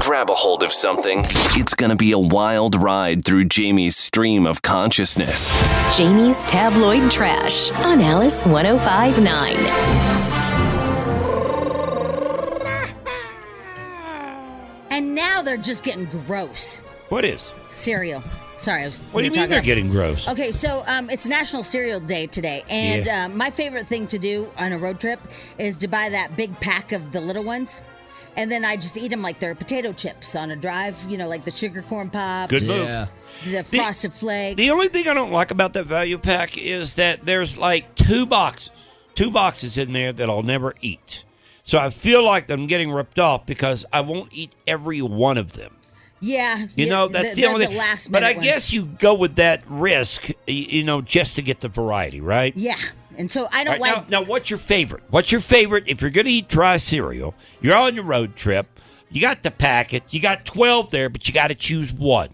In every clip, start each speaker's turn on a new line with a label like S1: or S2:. S1: Grab a hold of something. It's going to be a wild ride through Jamie's stream of consciousness.
S2: Jamie's Tabloid Trash on Alice 1059.
S3: And now they're just getting gross.
S4: What is?
S3: Cereal. Sorry, I was.
S4: What do you mean they're getting gross?
S3: Okay, so um, it's National Cereal Day today, and
S4: Yeah.
S3: uh, my favorite thing to do on a road trip is to buy that big pack of the little ones, and then I just eat them like they're potato chips on a drive. You know, like the sugar corn pops,
S4: Good move.
S3: the frosted flakes.
S4: The only thing I don't like about that value pack is that there's like two boxes, two boxes in there that I'll never eat. So I feel like I'm getting ripped off because I won't eat every one of them.
S3: yeah,
S4: You
S3: yeah,
S4: know, that's the,
S3: they're
S4: only
S3: the last.
S4: But I
S3: minute ones.
S4: guess you go with that risk, y- you know, just to get the variety, right?
S3: yeah, and so I don't
S4: All right,
S3: like.
S4: now, now, what's your favorite? What's your favorite? If you're going to eat dry cereal, you're on your road trip, you got the packet, you got 12 there, but you got to choose one.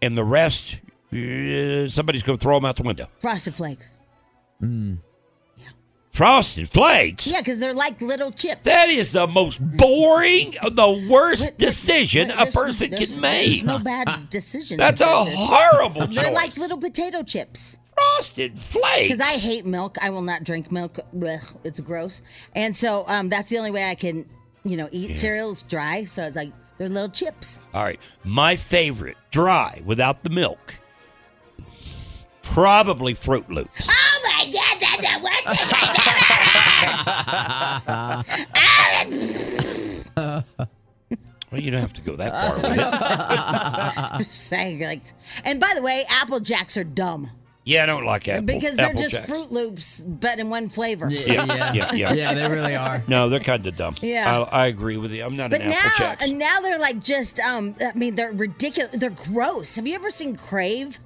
S4: And the rest, eh, somebody's going to throw them out the window.
S3: Frosted flakes.
S4: Frosted Flakes?
S3: Yeah, because they're like little chips.
S4: That is the most boring, the worst
S3: But- but-
S4: decision
S3: but
S4: a
S3: there's-
S4: person
S3: there's-
S4: can
S3: There's
S4: make.
S3: no bad decision.
S4: That's a horrible choice.
S3: They're like little potato chips.
S4: Frosted Flakes.
S3: Because I hate milk. I will not drink milk. Blech, it's gross. And so um, that's the only way I can, you know, eat cereals dry. So it's like, they're little chips.
S4: All right. My favorite, dry, without the milk, probably Fruit Loops.
S3: Oh my God, that's the one thing I never had.
S4: Well, you don't have to go that far with it.
S3: I'm just saying, like, and by the way, Apple Jacks are dumb
S4: Yeah, I don't like apple.
S3: because they're
S4: Apple
S3: just
S4: Jacks.
S3: Fruit Loops, but in one flavor.
S4: Yeah, yeah, yeah.
S5: they really are.
S4: No, they're kind of dumb.
S3: Yeah.
S4: I, I agree with you. I'm not
S3: But
S4: an
S3: now,
S4: apple Jacks.
S3: and now they're like just, um, I mean, they're ridiculous. They're gross. Have you ever seen Crave?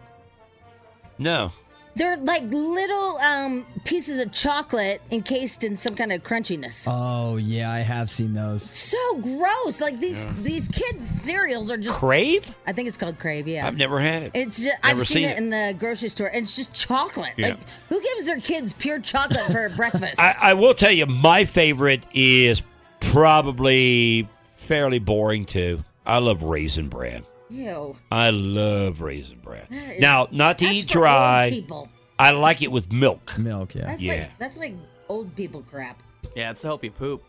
S4: no.
S3: They're like little um, pieces of chocolate encased in some kind of crunchiness.
S5: Oh yeah, I have seen those.
S3: so gross! Like these these kids cereals are just.
S4: Crave?
S3: I think it's called Crave. Yeah,
S4: I've never had it.
S3: It's just, I've
S4: Never
S3: seen,
S4: seen
S3: it,
S4: it.
S3: in the grocery store, and it's just chocolate.
S4: Yeah.
S3: Like who gives their kids pure chocolate for breakfast?
S4: I, I will tell you, my favorite is probably fairly boring too. I love raisin bran.
S3: Ew.
S4: I love raisin bran.
S3: is-
S4: Now, not to
S3: That's
S4: eat
S3: for old
S4: dry.
S3: people.
S4: I like it with milk.
S5: Milk, yeah.
S3: That's
S4: Yeah.
S3: like that's like old people crap.
S6: Yeah, it's to help you poop.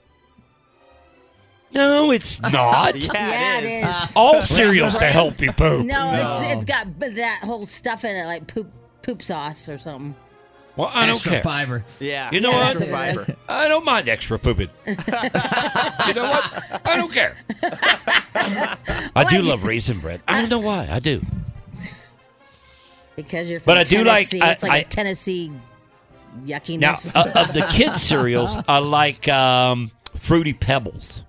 S4: No, it's not.
S3: Yeah, it is.
S4: All cereals to help you poop.
S3: no, it's it's got b- that whole stuff in it, like poop poop sauce or something.
S4: Well, I don't
S5: Extra
S4: care.
S5: fiber.
S6: Yeah.
S4: You know
S3: Yeah,
S4: what?
S3: that's what it
S6: is.
S4: I don't mind extra pooping. you know what? I don't care. I do love raisin bread. I don't know why. I do.
S3: Because you're from
S4: But I do like-
S3: Tennessee,
S4: I-
S3: it's like a
S4: I-
S3: Tennessee
S4: Now,
S3: yuckiness.
S4: uh, of the kids' cereals, I like um, Fruity Pebbles.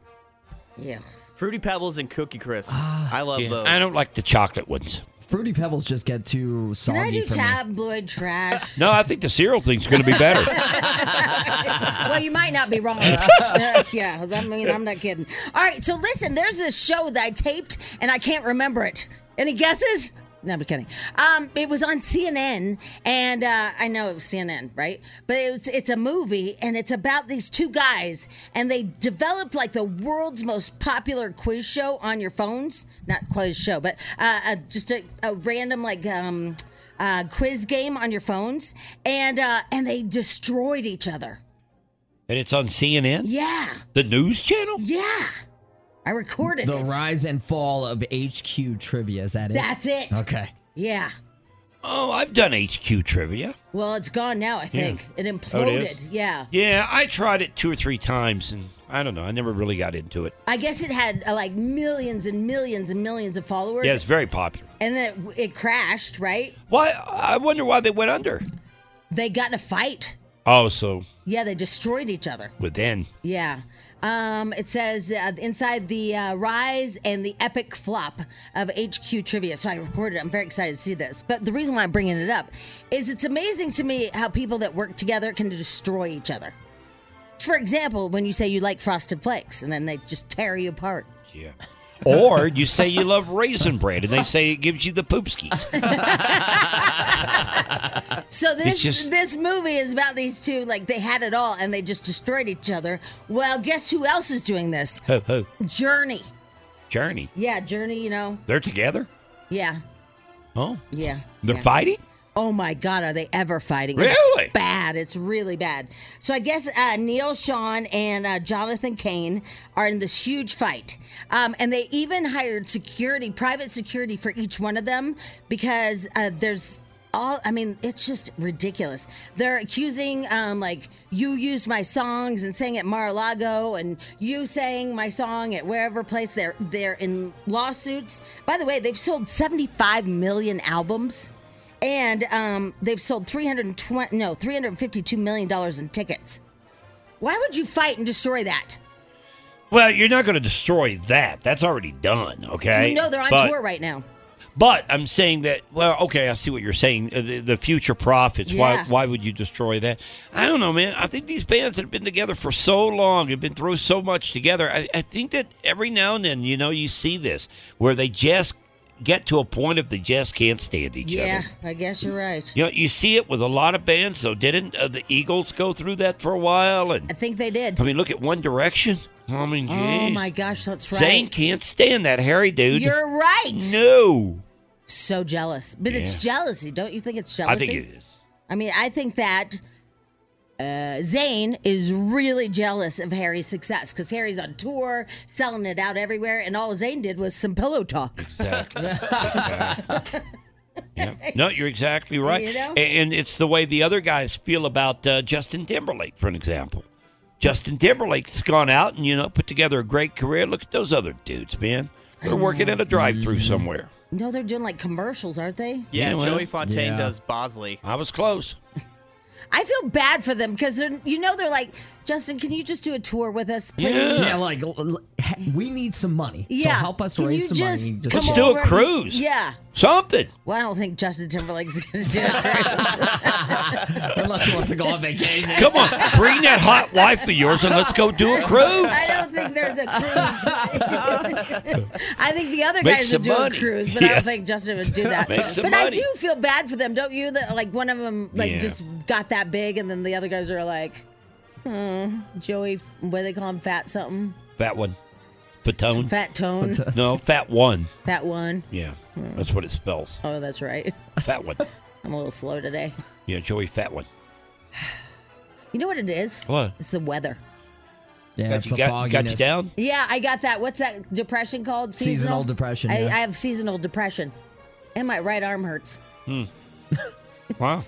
S3: yeah.
S6: Fruity Pebbles and Cookie Crisp. I love
S4: Yeah,
S6: those.
S4: I don't like the chocolate ones.
S5: Fruity Pebbles just get too
S3: Can
S5: soggy
S3: I do
S5: for me.
S3: tabloid trash?
S4: No, I think the cereal thing's going to be better.
S3: well, you might not be wrong. Uh, yeah, I mean, I'm not kidding. All right, so listen, there's this show that I taped and I can't remember it. Any guesses? No, I'm kidding. Um, it was on CNN, and uh, I know it was CNN, right? But it was, it's a movie, and it's about these two guys, and they developed like the world's most popular quiz show on your phones. Not quiz show, but uh, uh, just a, a random like um, uh, quiz game on your phones, and uh, and they destroyed each other.
S4: and it's on CNN,
S3: Yeah,
S4: the news channel.
S3: yeah. I recorded
S5: The
S3: it.
S5: rise and fall of HQ trivia. Is that it?
S3: That's it.
S5: okay.
S3: Yeah.
S4: Oh, I've done HQ trivia.
S3: Well, it's gone now. I think it
S4: Oh,
S3: imploded.
S4: it is?
S3: yeah.
S4: Yeah, I tried it two or three times, and I don't know. I never really got into it.
S3: I guess it had uh, like millions and millions and millions of followers.
S4: Yeah, it's very popular.
S3: And then it crashed. Right?
S4: Why? I wonder why they went under.
S3: They got in a fight.
S4: Oh, so
S3: Yeah, they destroyed each other.
S4: within.
S3: Yeah. Um, it says uh, inside the uh, rise and the epic flop of HQ trivia. So I recorded. it. I'm very excited to see this. But the reason why I'm bringing it up is it's amazing to me how people that work together can destroy each other. For example, when you say you like frosted flakes, and then they just tear you apart.
S4: Yeah. Or you say you love raisin bread, and they say it gives you the poopskis.
S3: So this
S4: just-
S3: this movie is about these two. Like they had it all, and they just destroyed each other. Well, guess who else is doing this?
S4: ho ho.
S3: Journey.
S4: Journey.
S3: Yeah, Journey. You know.
S4: They're together.
S3: Yeah.
S4: Oh,
S3: Yeah.
S4: they're
S3: yeah.
S4: fighting.
S3: Oh my God, are they ever fighting?
S4: Really?
S3: It's bad. It's really bad. So I guess uh, Neil Sean and uh, Jonathan Kane are in this huge fight. Um, and they even hired security, private security for each one of them because uh, there's all, I mean, it's just ridiculous. They're accusing, um, like, you used my songs and sang at Mar a Lago and you sang my song at wherever place. They're, they're in lawsuits. By the way, they've sold 75 million albums and um, they've sold 320 no 352 million dollars in tickets why would you fight and destroy that
S4: Well, you're not going to destroy that. That's already done. Okay.
S3: you know they're on
S4: But-
S3: tour right now
S4: But I'm saying that. Well, okay, I see what you're saying. Uh, The, the future profits. Why?
S3: Yeah.
S4: Why would you destroy that? I don't know, man. I think these bands that have been together for so long, have been through so much together. I, I think that every now and then, you know, you see this where they just get to a point of they just can't stand each
S3: yeah
S4: other.
S3: i guess you're right
S4: You know, you see it with a lot of bands. Though, didn't uh, the Eagles go through that for a while?
S3: i
S4: And
S3: think they did
S4: I mean, look at One Direction. I mean,
S3: oh
S4: jeez.
S3: my gosh that's right
S4: Zayn can't stand that hairy dude.
S3: you're right
S4: no,
S3: so jealous but it's jealousy don't you think it's jealousy
S4: I think it is.
S3: I mean i think that uh, Zayn is really jealous of Harry's success because Harry's on tour, selling it out everywhere, and all Zayn did was some pillow talk.
S4: Exactly. Exactly. Yeah. No, you're exactly right.
S3: You know?
S4: A- And it's the way the other guys feel about uh, Justin Timberlake, for an example. Justin Timberlake's gone out and, you know, put together a great career. Look at those other dudes, man. They're working at a drive
S3: Mm-hmm.
S4: through somewhere.
S3: No, they're doing like commercials, aren't they?
S6: Yeah,
S4: Yeah, well,
S6: Joey Fontaine
S5: yeah.
S6: does Bosley.
S4: I was close.
S3: I feel bad for them because they're, you know, they're like, Justin, can you just do a tour with us, please?
S4: Yeah.
S5: Yeah, like l- l- he- we need some money.
S3: Yeah.
S5: So help us
S3: Can
S5: raise
S3: you
S5: some
S3: just
S5: money.
S3: come
S4: Let's do a
S3: over and-
S4: cruise.
S3: Yeah.
S4: Something.
S3: Well, I don't think Justin Timberlake's going to do a cruise.
S5: unless he wants to go on vacation.
S4: Come on, bring that hot wife of yours and let's go do a cruise.
S3: I don't think there's a cruise. I think the other
S4: Make
S3: guys
S4: some
S3: would do
S4: money.
S3: a cruise, but I
S4: Yeah.
S3: don't think Justin would do that.
S4: Make some
S3: but I
S4: money.
S3: do feel bad for them, don't you? That like one of them like
S4: Yeah.
S3: just got that big, and then the other guys are like, hmm, Joey, what do they call him? Fat something,
S4: Fat one. Fatone.
S3: fat tone,
S4: No, fat one.
S3: fat one.
S4: Yeah, that's what it spells.
S3: Oh, that's right.
S4: Fat one.
S3: I'm a little slow today.
S4: Yeah, Joey Fat one.
S3: You know what it is?
S4: What?
S3: It's the weather.
S5: Yeah,
S4: Got
S5: it's
S4: you,
S5: the
S4: got, got you
S5: fogginess.
S4: down?
S3: Yeah, I got that. What's that depression called?
S5: Seasonal depression,
S3: I,
S5: yeah.
S3: I have seasonal depression, and my right arm hurts.
S4: Wow.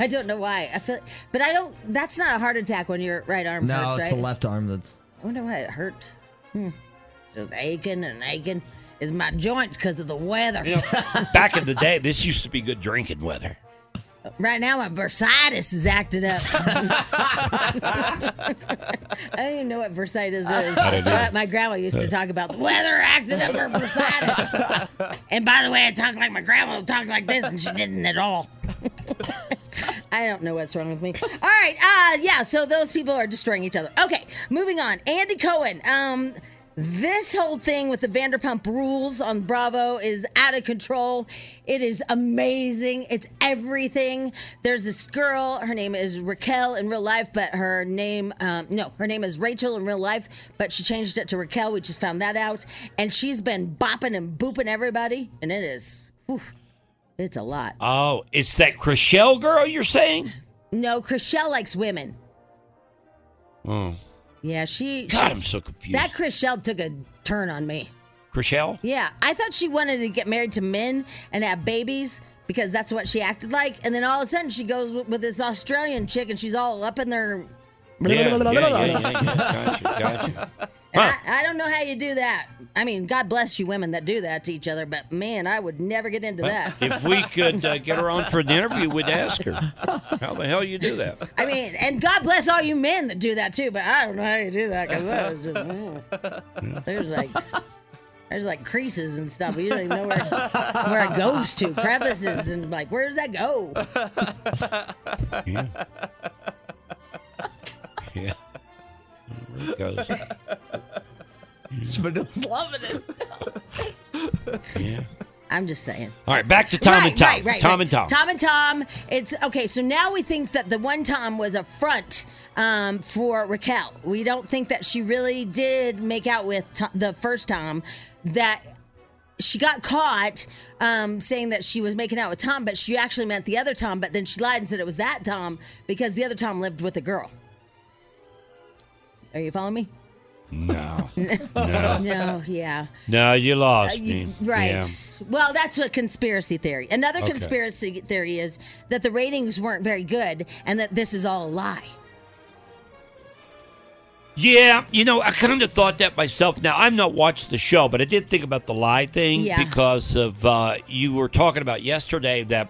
S3: I don't know why. I feel, but I don't. That's not a heart attack when your right arm
S5: No,
S3: hurts,
S5: it's
S3: right?
S5: the left arm that's.
S3: I wonder why it hurts. Hmm. Just aching and aching. Is my joints because of the weather?
S4: Back in the day, this used to be good drinking weather.
S3: Right now, my bursitis is acting up. I don't even know what bursitis is. But my grandma used to talk about the weather acting up her bursitis. and by the way, I talk like my grandma talked like this, and she didn't at all. I don't know what's wrong with me. All right, uh, yeah. So those people are destroying each other. Okay, moving on. Andy Cohen. Um, this whole thing with the Vanderpump Rules on Bravo is out of control. It is amazing. It's everything. There's this girl. Her name is Raquel in real life, but her name, um, no, her name is Rachel in real life, but she changed it to Raquel. We just found that out, and she's been bopping and booping everybody, and it is, whew, it's a lot.
S4: Oh, it's that Chriselle girl you're saying?
S3: No, Chriselle likes women.
S4: Oh,
S3: Yeah, she.
S4: God,
S3: she-
S4: I'm so confused.
S3: that Chriselle took a turn on me.
S4: Chriselle?
S3: Yeah, I thought she wanted to get married to men and have babies because that's what she acted like. And then all of a sudden, she goes with, with this Australian chick, and she's all up in their.
S4: Yeah, yeah, yeah, yeah, yeah. Gotcha, gotcha.
S3: And
S4: Huh.
S3: I, I don't know how you do that. I mean, God bless you women that do that to each other, but man, I would never get into that.
S4: If we could uh, get her on for an interview, we'd ask her, how the hell you do that?
S3: I mean, and God bless all you men that do that too, but I don't know how you do that because that was just mm. there's like there's like creases and stuff. You don't even know where where it goes to crevices and like where does that go?
S4: Yeah. Yeah. There it goes.
S5: Spindle's loving it.
S4: Yeah.
S3: I'm just saying.
S4: All right, back to Tom and Tom.
S3: Right, right,
S4: Tom
S3: right.
S4: and Tom.
S3: Tom and Tom. It's okay. So now we think that the one Tom was a front um, for Raquel. We don't think that she really did make out with Tom, the first Tom. That she got caught um, saying that she was making out with Tom, but she actually meant the other Tom. But then she lied and said it was that Tom because the other Tom lived with a girl. Are you following me?
S4: No.
S3: No, yeah.
S4: No, you lost
S3: Uh, You-
S4: me. Yeah.
S3: right. Well, that's a conspiracy theory. Another
S4: Okay.
S3: conspiracy theory is that the ratings weren't very good and that this is all a lie.
S4: Yeah, you know, I kind of thought that myself. Now, I'm not watching the show, but I did think about the lie thing
S3: Yeah.
S4: because of uh, you were talking about yesterday that,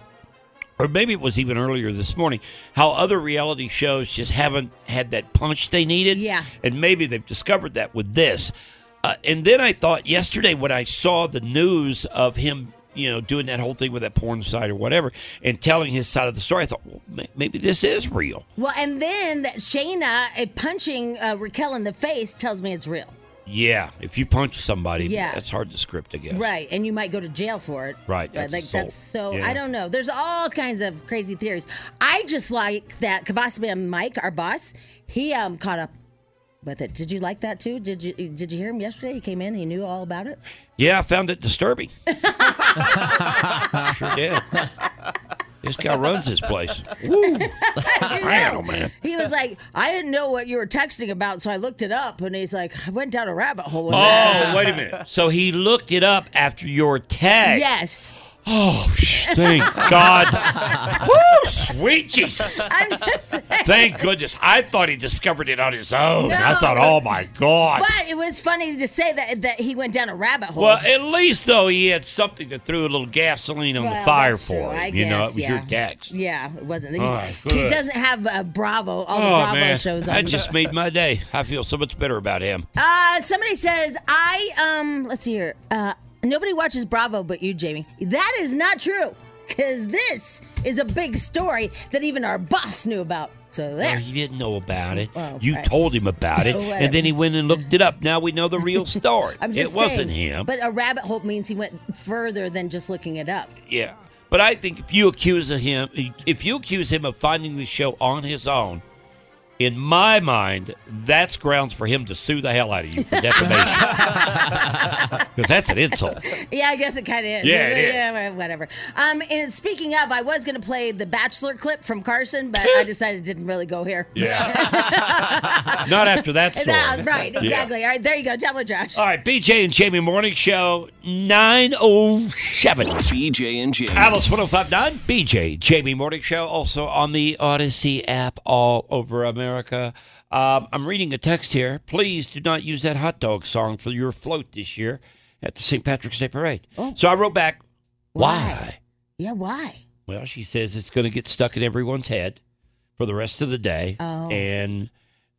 S4: or maybe it was even earlier this morning, how other reality shows just haven't had that punch they needed.
S3: Yeah.
S4: And maybe they've discovered that with this. Uh, and then I thought yesterday when I saw the news of him, you know, doing that whole thing with that porn site or whatever and telling his side of the story, I thought, well, may- maybe this is real.
S3: Well, and then that Shayna uh, punching uh, Raquel in the face tells me it's real.
S4: Yeah, if you punch somebody,
S3: Yeah.
S4: that's hard to script, I guess.
S3: Right. And you might go to jail for it.
S4: Right,
S3: But,
S4: that's
S3: like
S4: assault.
S3: that's so
S4: Yeah.
S3: I don't know. There's all kinds of crazy theories. I just like that Kabasa Man Mike, our boss, he um caught up with it. Did you like that too? Did you did you hear him yesterday? He came in, he knew all about it.
S4: Yeah, I found it disturbing. sure did. This guy runs this place. Woo. Wow, oh, man.
S3: He was like, I didn't know what you were texting about, so I looked it up, and he's like, I went down a rabbit hole. With that."
S4: Oh, wait a minute. So he looked it up after your tag.
S3: Yes,
S4: Oh, sh- thank God. Woo, sweet Jesus.
S3: I'm just saying.
S4: Thank goodness. I thought he discovered it on his own. I
S3: No.
S4: thought, oh, my God.
S3: But it was funny to say that that he went down a rabbit hole.
S4: Well, at least, though, he had something that threw a little gasoline on the
S3: Well,
S4: fire
S3: that's
S4: for
S3: true.
S4: him.
S3: I
S4: you know, it
S3: guess,
S4: was
S3: yeah.
S4: your text.
S3: yeah, it wasn't. He,
S4: All right,
S3: he
S4: Oh, good.
S3: doesn't have uh, Bravo. All the
S4: Oh,
S3: Bravo
S4: man.
S3: shows on.
S4: That just made my day. I feel so much better about him.
S3: Uh, somebody says I um. Let's see here. Uh, nobody watches Bravo but you, Jamie. That is not true. Cause this is a big story that even our boss knew about. So
S4: Well,
S3: there.
S4: he didn't know about it.
S3: Well,
S4: you
S3: right.
S4: told him about it,
S3: Whatever.
S4: and then he went and looked it up. Now we know the real story.
S3: I'm just
S4: it wasn't
S3: saying,
S4: him.
S3: But a rabbit hole means he went further than just looking it up.
S4: yeah, but I think if you accuse of him, if you accuse him of finding the show on his own, in my mind, that's grounds for him to sue the hell out of you for defamation. Because that's an insult.
S3: Yeah, I guess it kind of is.
S4: Yeah, it is.
S3: yeah, whatever. Um, and speaking of, I was going to play the Bachelor clip from Carson, but I decided it didn't really go here.
S4: Yeah. Not after that story.
S3: Yeah, right, exactly. All right, there you go. Tell her, Josh.
S4: All right, BJ and Jamie Morning Show 907.
S1: BJ and Jamie.
S4: Alice 1059, BJ, Jamie Morning Show, also on the Odyssey app all over America. Um, I'm reading a text here. Please do not use that hot dog song for your float this
S3: Oh.
S4: year at the St. Patrick's Day Parade. So I wrote back, why?
S3: Yeah, why?
S4: Well, she says it's going to get stuck in everyone's head for the rest of the day.
S3: Oh.
S4: And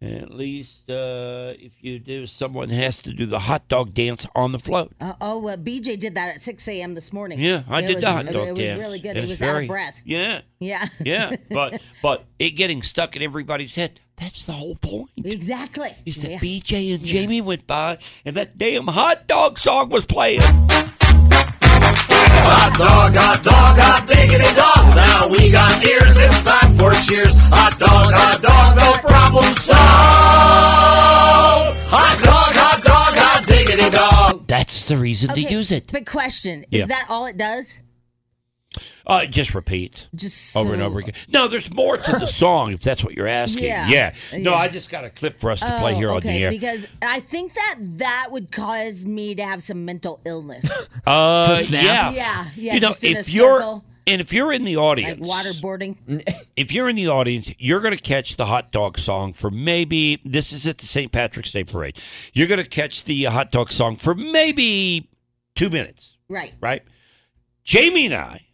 S4: at least uh, if you do, someone has to do the hot dog dance on the float.
S3: Uh, oh, well, BJ did that at 6 a.m. this morning.
S4: Yeah, I
S3: It
S4: did
S3: was-
S4: the hot dog
S3: It
S4: dance.
S3: was really good.
S4: and
S3: It
S4: it's
S3: was out
S4: very-
S3: of breath.
S4: Yeah,
S3: Yeah.
S4: yeah. but but it getting stuck in everybody's head, that's the whole point.
S3: Exactly.
S4: Is that
S3: Yeah.
S4: BJ and Jamie went by and that damn hot dog song was playing.
S3: Oh.
S6: Hot dog, hot dog, hot diggity dog. Now we got ears, it's time for cheers. Hot dog, hot dog, no problem solved. Hot dog, hot dog, hot diggity dog.
S4: That's the reason
S3: Okay,
S4: to use it.
S3: But question,
S4: Yeah.
S3: is that all it does?
S4: Uh, it just repeats.
S3: Just
S4: over and
S3: so-
S4: over again. No, there's more to the song if that's what you're asking. Yeah.
S3: Yeah.
S4: No,
S3: Yeah.
S4: I just got a clip for us to play
S3: Oh,
S4: here
S3: okay,
S4: on the air.
S3: because I think that that would cause me to have some mental illness.
S4: uh,
S5: To snap?
S4: Yeah.
S3: yeah, yeah.
S4: you know,
S3: just in
S4: if
S3: a
S4: you're
S3: circle,
S4: and if you're in the audience,
S3: like waterboarding.
S4: if you're in the audience, you're going to catch the hot dog song for maybe this is at the St. Patrick's Day parade. You're going to catch the hot dog song for maybe two minutes.
S3: Right.
S4: right? Jamie and I,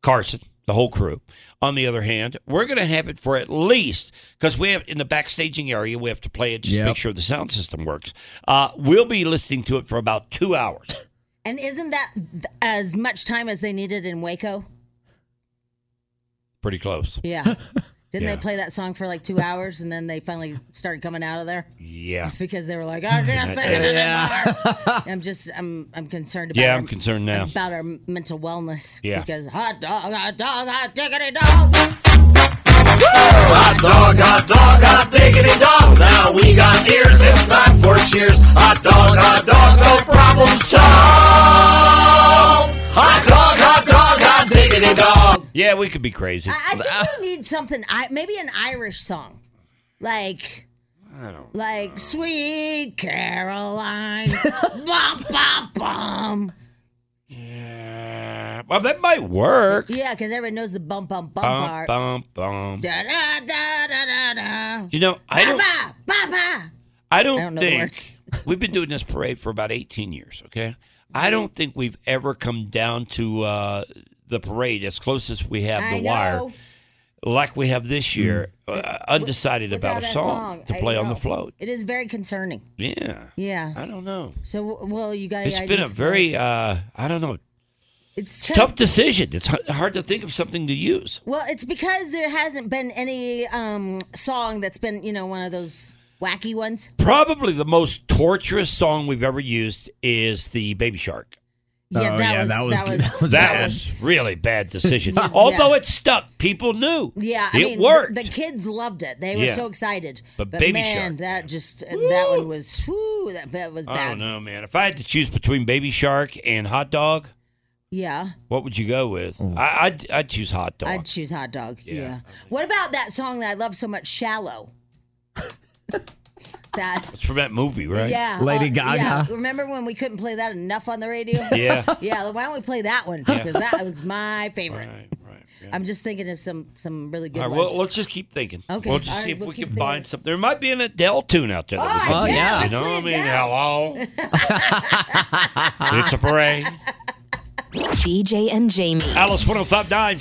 S4: Carson, the whole crew, on the other hand, we're going to have it for at least because we have in the backstaging area, we have to play it just to
S5: Yep.
S4: make sure the sound system works. Uh, we'll be listening to it for about two hours.
S3: And isn't that th- as much time as they needed in Waco?
S4: Pretty close.
S3: Yeah. Didn't
S4: Yeah.
S3: they play that song for like two hours and then they finally started coming out of there
S4: Yeah.
S3: because they were like, "Oh, damn,
S5: Yeah.
S3: I'm just, I'm, I'm concerned about
S4: Yeah,
S3: our-
S4: I'm concerned now.
S3: about our mental wellness.
S4: Yeah.
S3: because hot dog, hot dog, hot diggity dog.
S6: Hot dog, hot dog, hot diggity dog. Now we got ears, it's time for cheers. Hot dog, hot dog, no problem solved. Hot dog, hot dog, hot diggity dog.
S4: Yeah, we could be crazy.
S3: I, I think we need something. I maybe an Irish song, like. Like sweet Caroline, bum bum bum.
S4: Yeah. Well, that might work.
S3: Yeah, because everyone knows the bum bum bum
S4: Bum,
S3: part.
S4: bum, bum.
S3: Da da da da da da.
S4: You know, I don't.
S3: Papa, papa.
S4: I don't,
S3: I don't know the
S4: think
S3: words. Mm-hmm.
S4: we've been doing this parade for about 18 years. Okay, I don't think we've ever come down to uh, the parade as close as we have
S3: I
S4: the wire,
S3: know. Mm.
S4: like we have this year, uh, undecided about a
S3: Without
S4: song, to
S3: I
S4: play on the
S3: know.
S4: float.
S3: It is very concerning.
S4: Yeah,
S3: Yeah.
S4: I don't know.
S3: So, well, you got.
S4: It's been a very uh, I don't know
S3: it's kind
S4: tough
S3: of-
S4: decision. It's h- hard to think of something to use.
S3: well, it's because there hasn't been any um, song that's been, you know, one of those wacky ones.
S4: Probably the most torturous song we've ever used is the Baby Shark.
S3: Yeah, that
S5: Oh, yeah,
S3: was
S5: that was
S3: that
S5: good.
S3: was
S4: That was really bad decision. Although it stuck, people knew.
S3: Yeah,
S4: it
S3: I mean, the-
S4: worked.
S3: The, kids loved it. They were
S4: Yeah.
S3: so excited.
S4: But Baby
S3: man,
S4: Shark. Oh,
S3: that just uh, that one was whoo, that, that was bad.
S4: I don't know, man. If I had to choose between Baby Shark and Hot Dog,
S3: Yeah,
S4: what would you go with? I, I'd, I'd choose Hot Dog.
S3: I'd choose hot dog. Yeah. What about that song that I love so much, "Shallow"? that.
S4: it's from that movie, right?
S3: Yeah, uh,
S5: Lady
S3: yeah.
S5: Gaga.
S3: Remember when we couldn't play that enough on the radio?
S4: Yeah.
S3: yeah. Why don't we play that one? Because that was my favorite.
S4: right, right. yeah.
S3: I'm just thinking of some some really good
S4: All right,
S3: ones.
S4: well, let's just keep thinking.
S3: Okay,
S4: We'll just
S3: all
S4: see
S3: right,
S4: if
S3: we'll
S4: we
S3: keep
S4: can find
S3: thinking.
S4: something. There might be an Adele tune out there. that we
S3: Oh,
S4: can
S5: Oh,
S4: play.
S5: yeah.
S4: You know what I mean?
S3: Adele.
S4: Hello? it's a parade.
S2: BJ and Jamie.
S4: Alice 1059.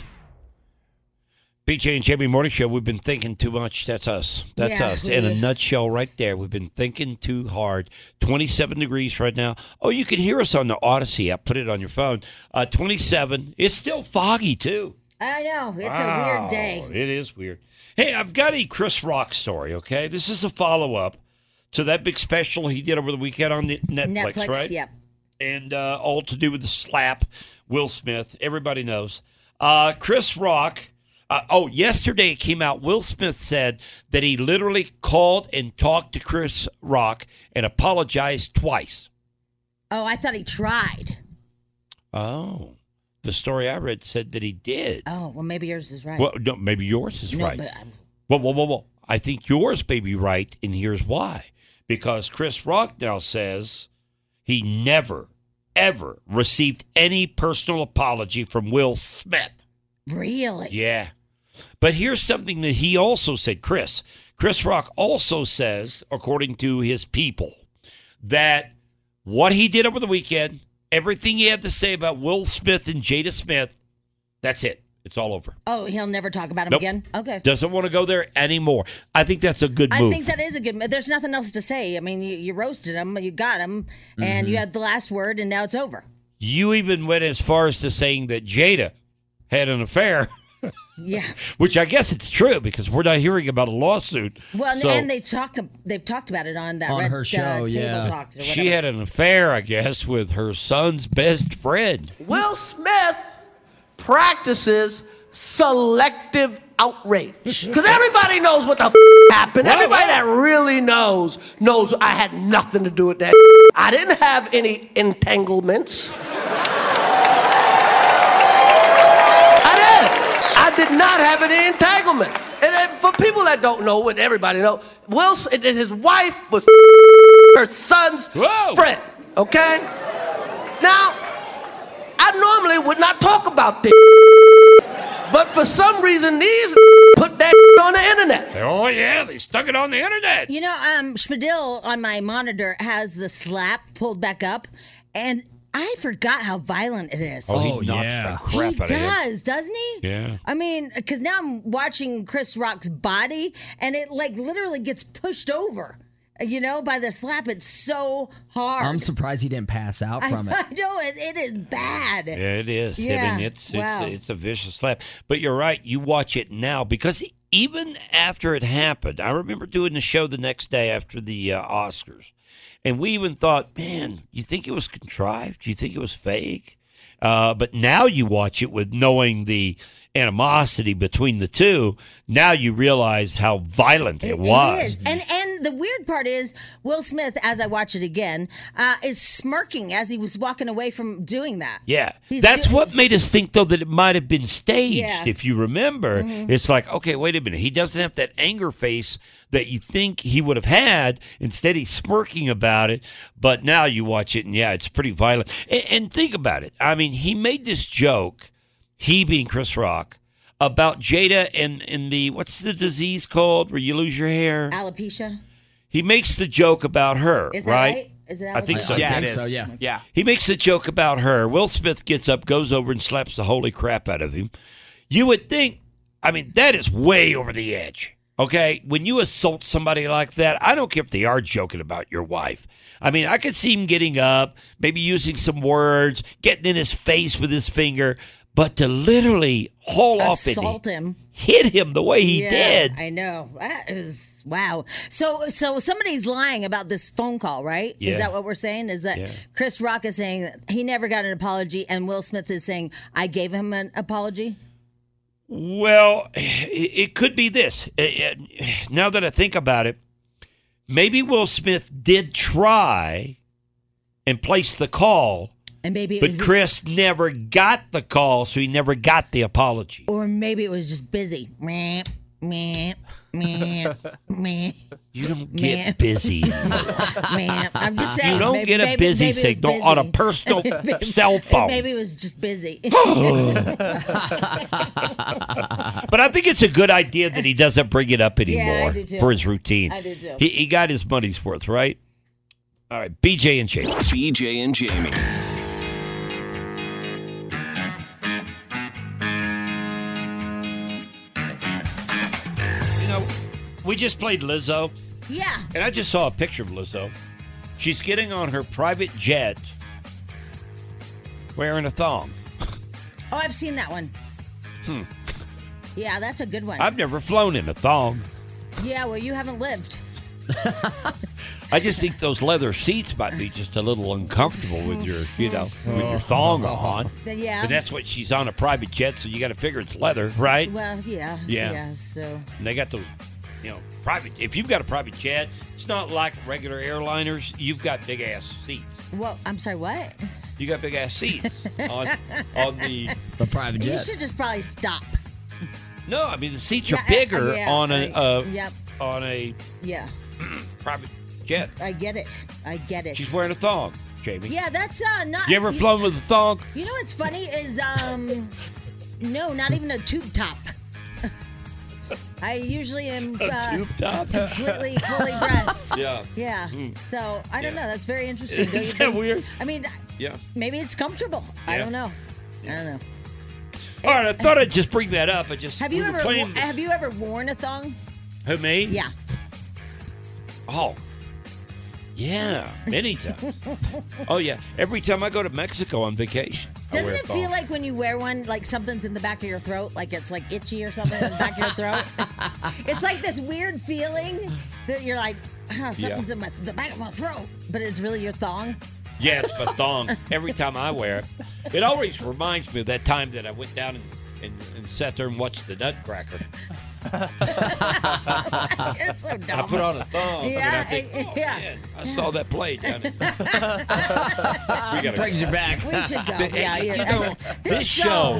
S4: BJ and Jamie Morning Show, we've been thinking too much. That's us. That's
S3: Yeah,
S4: us.
S3: we-
S4: In a nutshell, right there. We've been thinking too hard. 27 degrees right now. Oh, you can hear us on the Odyssey app. Put it on your phone. Uh, 27. It's still foggy, too.
S3: I know it's a
S4: Wow,
S3: weird day.
S4: Oh, It is weird. Hey, I've got a Chris Rock story, okay? This is a follow up to that big special he did over the weekend on the- Netflix,
S3: Netflix.
S4: right?
S3: Yep.
S4: and uh, all to do with the slap. Will Smith, everybody knows. Uh, Chris Rock. Uh, oh, yesterday it came out. Will Smith said that he literally called and talked to Chris Rock and apologized twice.
S3: Oh, I thought he tried.
S4: Oh, the story I read said that he did.
S3: Oh, well, maybe yours is right.
S4: Well, no, maybe yours is
S3: no,
S4: right.
S3: but um, I'm-
S4: Whoa, whoa, whoa, whoa. I think yours may be right, and here's why. Because Chris Rock now says he never, ever received any personal apology from Will Smith.
S3: really?
S4: Yeah. But here's something that he also said, Chris. Chris Rock also says, according to his people, that what he did over the weekend, everything he had to say about Will Smith and Jada Smith, that's it. It's all over.
S3: Oh, he'll never talk about him
S4: Nope.
S3: again. Okay.
S4: Doesn't want to go there anymore. I think that's a good
S3: I
S4: move.
S3: think that is a good. There's nothing else to say. I mean, you, you roasted him, you got him,
S4: Mm-hmm.
S3: and you had the last word, and now it's over.
S4: you even went as far as to saying that Jada had an affair,
S3: Yeah.
S4: which I guess it's true because we're not hearing about a lawsuit.
S3: Well, and-
S4: So,
S3: and they talk. They've talked about it on that
S5: On
S3: red,
S5: her show,
S3: uh, table
S5: yeah.
S3: talks. Or whatever.
S4: she had an affair, I guess, with her son's best friend.
S7: Will Smith practices selective outrage. Because everybody knows what the f- happened.
S4: Whoa,
S7: everybody
S4: whoa.
S7: that really knows knows I had nothing to do with that. I didn't have any entanglements. I did. I did not have any entanglement. And then for people that don't know, and everybody know, Will S- and his wife was her son's
S4: Whoa.
S7: friend. Okay. Now, I normally would not talk about this, but for some reason these put that on the internet.
S4: Oh yeah, they stuck it on the internet.
S3: You know, um, Schmidl on my monitor has the slap pulled back up, and I forgot how violent it is.
S4: Oh, he
S5: Oh,
S4: knocks
S5: yeah.
S4: the crap
S3: he
S4: out of him.
S3: does, doesn't he?
S4: Yeah.
S3: I mean, because now I'm watching Chris Rock's body, and it like literally gets pushed over. You know, by the slap, it's so hard.
S5: I'm surprised he didn't pass out
S3: I,
S5: from it.
S3: I know it, it is bad.
S4: Yeah, it is. I
S3: Yeah,
S4: mean, it's
S3: wow.
S4: it's it's a vicious slap. But you're right. You watch it now because even after it happened, I remember doing the show the next day after the uh, Oscars, and we even thought, man, you think it was contrived? You think it was fake? Uh, but now you watch it with knowing the animosity between the two. Now you realize how violent it, was.
S3: It is. And and the weird part is Will Smith, as I watch it again, uh, is smirking as he was walking away from doing that.
S4: Yeah.
S3: He's
S4: That's
S3: do-
S4: what made us think, though, that it might have been staged.
S3: Yeah. Mm-hmm.
S4: If you remember, it's like, okay, wait a minute. He doesn't have that anger face that you think he would have had. Instead, he's smirking about it. But now you watch it, and yeah, it's pretty violent. And, and think about it. I mean, he made this joke, he being Chris Rock, about Jada and, and the what's the disease called where you lose your hair?
S3: Alopecia.
S4: He makes the joke about her,
S3: Is that right?
S4: right?
S3: Is it
S4: I think
S3: alopecia?
S4: so.
S5: Yeah, it is. So, yeah.
S6: Yeah.
S4: He makes a joke about her. Will Smith gets up, goes over, and slaps the holy crap out of him. You would think, I mean, that is way over the edge. Okay, when you assault somebody like that, I don't care if they are joking about your wife. I mean, I could see him getting up, maybe using some words, getting in his face with his finger, but to literally haul off
S3: Assault
S4: and
S3: him.
S4: hit him the way he
S3: Yeah,
S4: did.
S3: I know. That is wow. So so somebody's lying about this phone call, right?
S4: Yeah.
S3: Is that what we're saying? Is that Chris Rock is saying that he never got an apology, and Will Smith is saying I gave him an apology?
S4: Well, it it could be this. Eh, eh, Now that I think about it, maybe Will Smith did try and place the call,
S3: And maybe it
S4: but
S3: was,
S4: Chris never got the call, so he never got the apology.
S3: or maybe it was just busy. Meh, meh, meh, meh.
S4: You don't
S3: Man.
S4: get busy.
S3: man. I'm just saying.
S4: You don't
S3: maybe-
S4: get a
S3: maybe-
S4: busy
S3: maybe it was
S4: signal on a
S3: busy.
S4: personal cell phone.
S3: Maybe it was just busy.
S4: But I think it's a good idea that he doesn't bring it up anymore
S3: Yeah, I do too.
S4: for his routine.
S3: I do too.
S4: He, he got his money's worth, right? All right, BJ and Jamie.
S1: BJ and Jamie.
S4: You know, we just played Lizzo.
S3: yeah.
S4: And I just saw a picture of Lizzo. She's getting on her private jet wearing a thong.
S3: Oh, I've seen that one. Yeah, that's a good one.
S4: Hmm. I've never flown in a thong.
S3: yeah, well, you haven't lived.
S4: I just think those leather seats might be just a little uncomfortable with your, you know, with your thong on.
S3: Then, yeah.
S4: But that's what she's on a private jet, so you got to figure it's leather, right?
S3: well, yeah.
S4: Yeah.
S3: so.
S4: And they got those, you know, private. If you've got a private jet, it's not like regular airliners. You've got big ass seats.
S3: Well, I'm sorry, what?
S4: You got big ass seats on on the
S5: The private
S3: You
S5: jet.
S3: should just probably stop.
S4: No, I mean the seats
S3: Yeah,
S4: are
S3: I-
S4: bigger
S3: yeah,
S4: on a
S3: I-
S4: uh,
S3: yep.
S4: on a
S3: Yeah,
S4: private jet.
S3: I get it. I get it.
S4: She's wearing a thong, Jamie.
S3: yeah, that's uh, not.
S4: You ever flown with a thong?
S3: You know what's funny is um, no, not even a tube top. I usually am uh,
S4: Tube top.
S3: completely fully dressed.
S4: yeah.
S3: Yeah. So I don't
S4: Yeah.
S3: know. That's very interesting. don't you
S4: Is that
S3: think?
S4: weird?
S3: I mean,
S4: Yeah.
S3: maybe it's comfortable. I
S4: Yeah.
S3: don't know. I don't know.
S4: All right, I thought I'd just bring that up. I just
S3: Have you
S4: we were
S3: ever
S4: playing this-
S3: have you ever worn a thong?
S4: who me?
S3: Yeah.
S4: Oh. Yeah, many times. oh yeah, every time I go to Mexico on vacation. I
S3: Doesn't
S4: wear a
S3: it feel
S4: thong.
S3: like when you wear one, like something's in the back of your throat, like it's like itchy or something in the back of your throat? it's like this weird feeling that you're like, huh, something's in my, the back of my throat, but it's really your thong.
S4: Yeah, it's my thong. Every time I wear it, it always reminds me of that time that I went down and, and, and sat there and watched the Nutcracker.
S3: You're so dumb.
S4: I put on a thong. and I
S3: Yeah,
S4: think, oh,
S3: yeah.
S4: man, I saw that play down in- we gotta
S5: Brings you back.
S3: we should go. yeah,
S4: you
S3: you're,
S4: know,
S3: this
S4: this
S3: show-
S4: show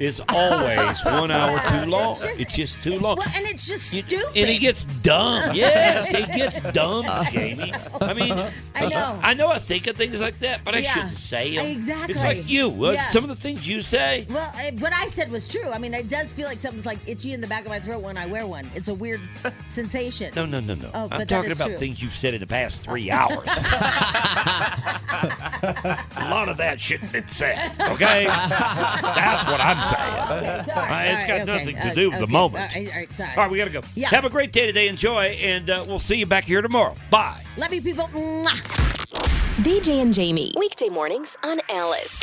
S4: is always one hour too long. It's just, too long.
S3: Well, and it's just stupid.
S4: And he gets dumb. Yes, he gets dumb, Jamie. I mean,
S3: I know.
S4: I know I think of things like that, but I
S3: Yeah.
S4: shouldn't say 'em.
S3: Exactly.
S4: It's like you. Uh,
S3: Yeah.
S4: Some of the things you say.
S3: well, eh, what I said was true. I mean, it does feel like something's like itchy in the back of my throat when I wear one. It's a weird sensation.
S4: No, no, no, no.
S3: Oh, but
S4: I'm
S3: that
S4: talking
S3: is
S4: about
S3: true.
S4: things you've said in the past three hours. A lot of that shouldn't have been said, okay? That's what I'm saying.
S3: Oh, Okay, sorry.
S4: Uh, it's got
S3: All okay,
S4: nothing to
S3: uh,
S4: do with the
S3: okay,
S4: moment.
S3: All right, all right, sorry.
S4: All right, we got to go.
S3: Yeah.
S4: Have a great day today. Enjoy, and uh, we'll see you back here tomorrow. Bye.
S3: Love you, people. Mwah.
S2: BJ and Jamie.
S8: Weekday mornings on Alice.